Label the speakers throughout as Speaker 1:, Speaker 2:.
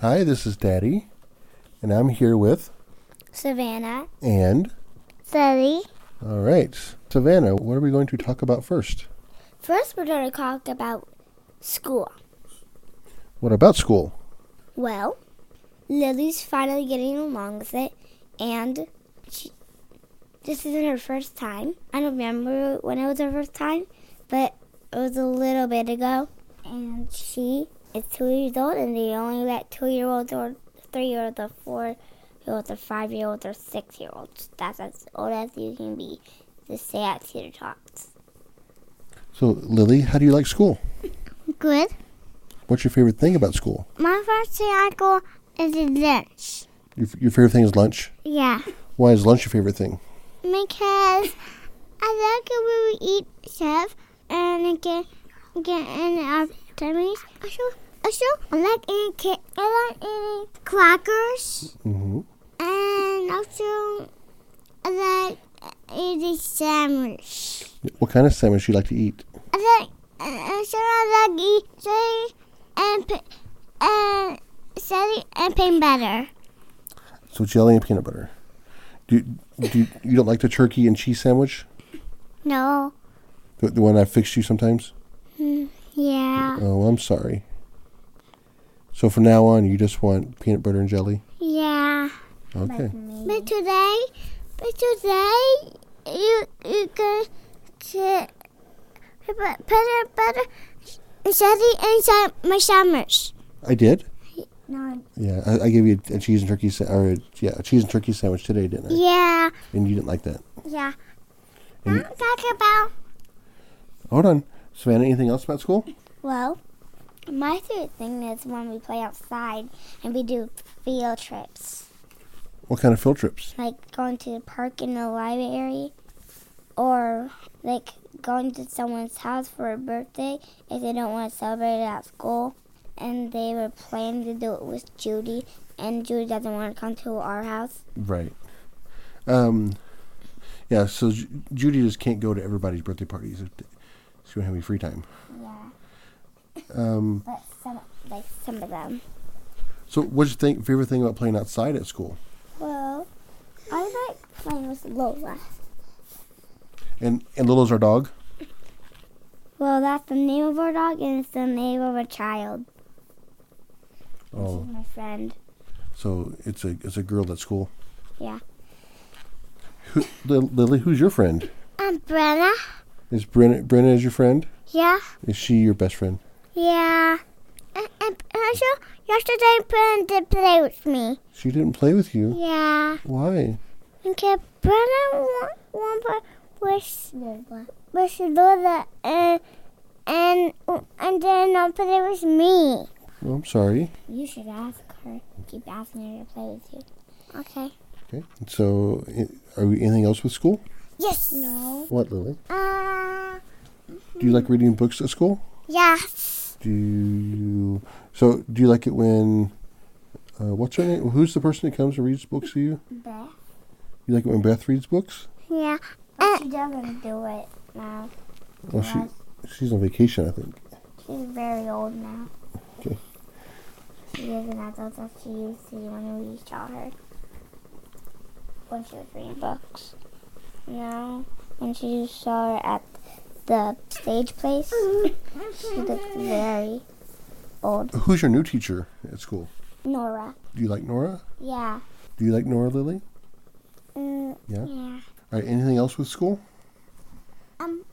Speaker 1: Hi, this is Daddy, and I'm here with
Speaker 2: Savannah,
Speaker 1: and
Speaker 2: Sally.
Speaker 1: all right, Savannah. What are we going to talk about first?
Speaker 2: First, we're going to talk about school.
Speaker 1: What about school?
Speaker 2: Well, Lily's finally getting along with it, and she, this isn't her first time. I don't remember when it was her first time, but it was a little bit ago. And she is two years old, and they only let two year olds, or three year olds, or four year olds, or five year olds, or six year olds. That's as old as you can be to stay at Cedar Talks.
Speaker 1: So, Lily, how do you like school?
Speaker 2: Good.
Speaker 1: What's your favorite thing about school?
Speaker 2: My first thing I go is lunch.
Speaker 1: Your, your favorite thing is lunch.
Speaker 2: Yeah.
Speaker 1: Why is lunch your favorite thing?
Speaker 2: Because I like it when we eat stuff and it get get in our tummies. Also, also I like eating ca- I like eating crackers
Speaker 1: Mm-hmm.
Speaker 2: and also I like eating sandwich.
Speaker 1: What kind of sandwich do you like to eat?
Speaker 2: I like and also I like eating and p- and Sally and peanut butter.
Speaker 1: So, jelly and peanut butter. Do do you, you don't like the turkey and cheese sandwich?
Speaker 2: No,
Speaker 1: The, the one I fixed you sometimes.
Speaker 2: yeah,
Speaker 1: Oh, I'm sorry. So from now on, you just want peanut butter and jelly.
Speaker 2: yeah.
Speaker 1: Okay.
Speaker 2: But today, but today, you you can to put butter butter and Sally inside my summers.
Speaker 1: I did.
Speaker 2: No.
Speaker 1: Yeah, I, I gave you a, cheese and turkey sa- or a, yeah a cheese and turkey sandwich today, didn't I?
Speaker 2: Yeah,
Speaker 1: And you didn't like that.
Speaker 2: yeah.
Speaker 1: And-
Speaker 2: Now talk about
Speaker 1: Hold on, Savannah. Anything else about school?
Speaker 2: well. My favorite thing is when we play outside and we do field trips,
Speaker 1: What kind of field trips?
Speaker 2: like going to the park in the library, or like going to someone's house for a birthday if they don't want to celebrate it at school. And they were planning to do it with Judy, and Judy doesn't want to come to our house.
Speaker 1: Right. Um. Yeah. So Ju- Judy just can't go to everybody's birthday parties. She won't have any free time.
Speaker 2: Yeah,
Speaker 1: Um.
Speaker 2: but some like some of them.
Speaker 1: So what's your thing, favorite thing about playing outside at school?
Speaker 2: Well, I like playing with Lola.
Speaker 1: And and Lolo's our dog.
Speaker 2: Well, that's the name of our dog, and it's the name of a child.
Speaker 1: Oh.
Speaker 2: She's my friend.
Speaker 1: So it's a it's a girl at school.
Speaker 2: Yeah.
Speaker 1: Who, Lil- Lily, who's your friend?
Speaker 2: And Brenna.
Speaker 1: Is Brenna, Brenna is your friend?
Speaker 2: Yeah.
Speaker 1: Is she your best friend?
Speaker 2: Yeah. And, and also, yesterday Brenna did play with me.
Speaker 1: She didn't play with you.
Speaker 2: Yeah.
Speaker 1: Why?
Speaker 2: Okay, Brenna one, one part with Lola. with Lola and and and then I'll play with me.
Speaker 1: Well, I'm sorry.
Speaker 2: You should ask her. Keep asking her to play with you. Okay.
Speaker 1: Okay. So, i- are we anything else with school?
Speaker 2: Yes. No.
Speaker 1: What, Lily?
Speaker 2: Uh.
Speaker 1: Do you like reading books at school?
Speaker 2: Yes.
Speaker 1: Do you? So, do you like it when? Uh, what's her name? Who's the person that comes and reads books to you?
Speaker 2: Beth.
Speaker 1: You like it when Beth reads books?
Speaker 2: Yeah. But she doesn't do it now.
Speaker 1: Well, Oh, she she's on vacation, I think.
Speaker 2: She's very old now.
Speaker 1: Okay.
Speaker 2: She isn't as old as she used to be when we saw her. When she was reading books. Now, when she saw her at the stage place, she looked very old.
Speaker 1: Who's your new teacher at school?
Speaker 2: Nora.
Speaker 1: Do you like Nora?
Speaker 2: Yeah.
Speaker 1: Do you like Nora, Lily?
Speaker 2: Mm,
Speaker 1: Yeah.
Speaker 2: yeah.
Speaker 1: All right. Anything else with school?
Speaker 2: Um,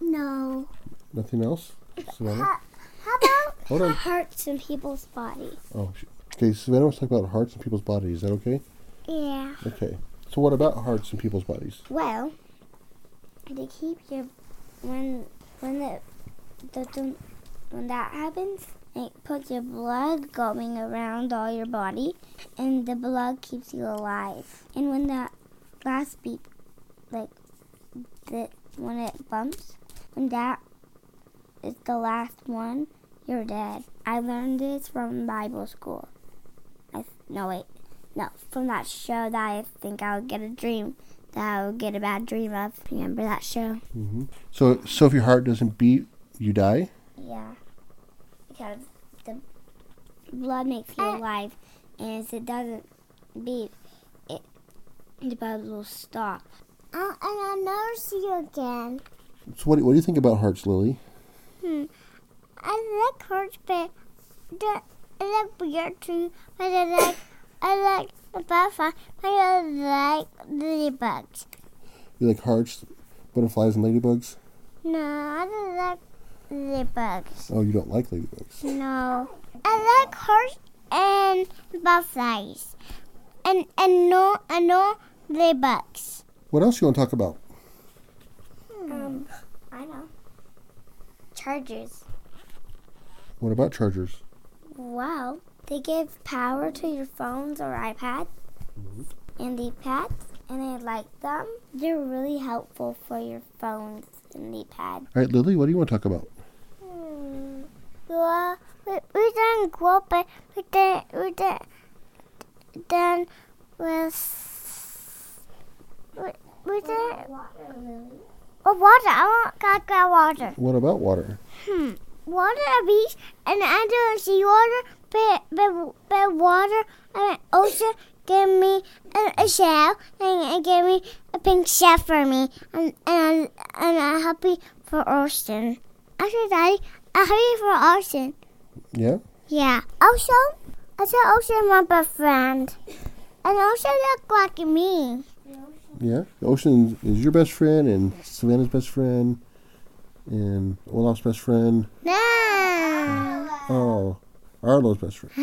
Speaker 2: no.
Speaker 1: Nothing else. Savannah.
Speaker 2: How, how about
Speaker 1: Hold on.
Speaker 2: hurts in people's body?
Speaker 1: Oh, sh- okay. Savannah wants to talk about hearts in people's bodies. Is that okay?
Speaker 2: Yeah.
Speaker 1: Okay. So what about hearts in people's bodies?
Speaker 2: Well, they keep your when when the, the, the when that happens, it puts your blood going around all your body, and the blood keeps you alive. And when that last beat, like the when it bumps, when that is the last one, you're dead. I learned this from Bible school. I no wait, no from that show that I think I would get a dream that I would get a bad dream of. Remember that show?
Speaker 1: Mm-hmm. So so if your heart doesn't beat, you die.
Speaker 2: Yeah. Because the blood makes
Speaker 3: Eh.
Speaker 2: you alive, and if it doesn't beat, it the blood will stop.
Speaker 3: Uh, and I'll never see you again.
Speaker 1: So what, what do you think about hearts, Lily?
Speaker 3: I like hearts, but the, I like weird too. But I like I like the butterfly. But I like ladybugs.
Speaker 1: You like hearts, butterflies, and ladybugs?
Speaker 3: No, I don't like ladybugs.
Speaker 1: Oh, you don't like ladybugs.
Speaker 3: No, I like hearts and butterflies, and and no and no ladybugs.
Speaker 1: What else you want to talk about?
Speaker 2: Um, I know. Chargers.
Speaker 1: What about chargers?
Speaker 2: Well, they give power to your phones or iPads Mm-hmm. and the pads, and I like them. They're really helpful for your phones and the pad.
Speaker 1: All right, Lily, what do you want to talk about?
Speaker 2: Mm.
Speaker 3: Hmm. Well, we, we didn't grow, but we did we did then with we, we did oh water. I want got got water.
Speaker 1: What about water?
Speaker 3: Water a beach and I don't see water, but but, but water and ocean gave me a, a shell and it gave me a pink shell for me and and and a happy for Austin. Actually, Daddy, a happy for Austin.
Speaker 1: Yeah?
Speaker 3: Yeah. Also, I said also my best friend. And also look like me.
Speaker 1: Yeah? The ocean is your best friend, and Savannah's best friend, and Olaf's best friend.
Speaker 3: No.
Speaker 1: Oh, Arlo's best friend.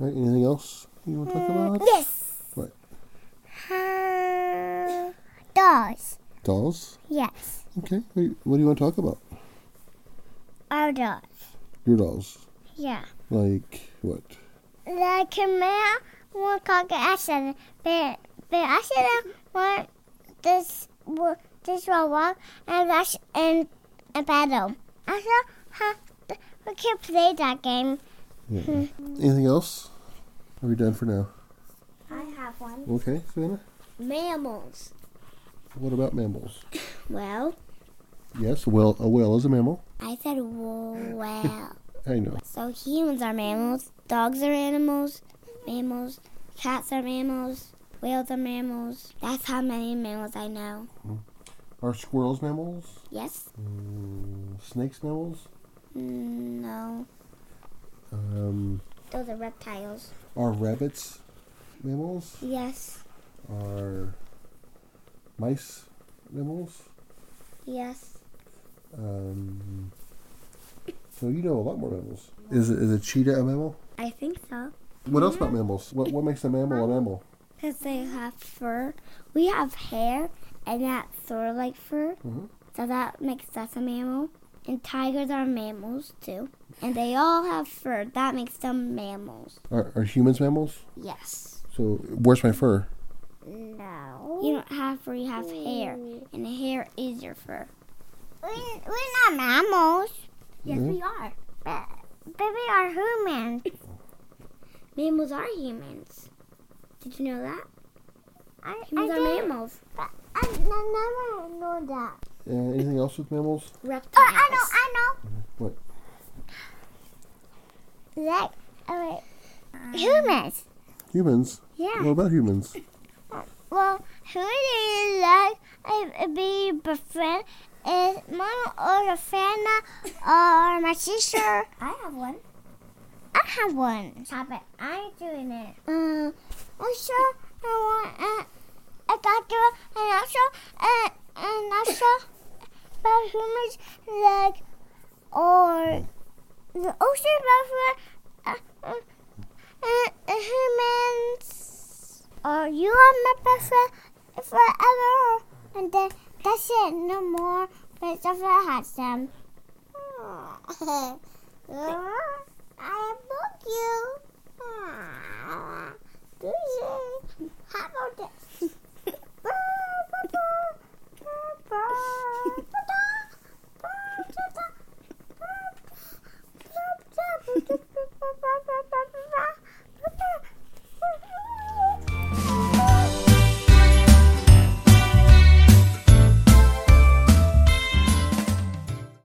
Speaker 1: All right, anything else you want to talk about?
Speaker 3: Yes.
Speaker 1: What?
Speaker 3: How does?
Speaker 1: Dolls?
Speaker 3: Yes.
Speaker 1: Okay. What do, you, what do you want to talk about?
Speaker 3: Our does.
Speaker 1: Your dolls.
Speaker 3: Yeah.
Speaker 1: Like what?
Speaker 3: Like Camille one cock accident, but but I should want this wa- this robot and rush and a battle. I said huh, we can play that game.
Speaker 1: Yeah. Anything else? Are we done for now?
Speaker 2: I have one.
Speaker 1: Okay, Savannah.
Speaker 2: Mammals.
Speaker 1: What about mammals?
Speaker 2: Well,
Speaker 1: Yes, a whale. A whale is a mammal.
Speaker 2: I said well.
Speaker 1: I know.
Speaker 2: so humans are mammals, dogs are animals, mammals, cats are mammals, whales are mammals. That's how many mammals I know.
Speaker 1: Are squirrels mammals?
Speaker 2: Yes?
Speaker 1: Mm, snakes mammals?
Speaker 2: Mm, no.
Speaker 1: Um,
Speaker 2: Those are reptiles.
Speaker 1: are rabbits mammals?
Speaker 2: Yes.
Speaker 1: Are mice mammals?
Speaker 2: Yes.
Speaker 1: Um, so you know a lot more mammals. Is is a cheetah a mammal?
Speaker 2: I think so.
Speaker 1: What else about mammals? What what makes a mammal a mammal?
Speaker 2: Because they have fur. We have hair, and that's sort of like fur.
Speaker 1: Mhm.
Speaker 2: So that makes us a mammal. And tigers are mammals too. And they all have fur. That makes them mammals.
Speaker 1: Are, are humans mammals?
Speaker 2: Yes.
Speaker 1: So where's my fur?
Speaker 3: No.
Speaker 2: You don't have fur, you have hair. And hair is your fur.
Speaker 3: We, we're not mammals.
Speaker 2: Yes,
Speaker 1: Mhm.
Speaker 2: we are.
Speaker 3: But, but we are humans.
Speaker 2: Mammals are humans. Did you know that?
Speaker 3: I,
Speaker 2: Humans are
Speaker 3: didn't-
Speaker 2: mammals.
Speaker 3: but I n- never know that.
Speaker 1: Uh, anything else with mammals?
Speaker 2: Reptiles.
Speaker 3: Oh, I know, I know.
Speaker 1: What?
Speaker 3: Like, oh wait. humans.
Speaker 1: Humans. What
Speaker 3: Yeah.
Speaker 1: about humans?
Speaker 3: Well, who do you like a, a be your friend? Is mom or a friend or my sister?
Speaker 2: I have one.
Speaker 3: I have one.
Speaker 2: Stop it. I'm doing it.
Speaker 3: Uh, also, I want uh, a doctor, and also, uh, and also, about humans like or the ocean buffalo, uh, uh, uh, humans, or you are my best friend forever, and then that's it, no more. But I has them.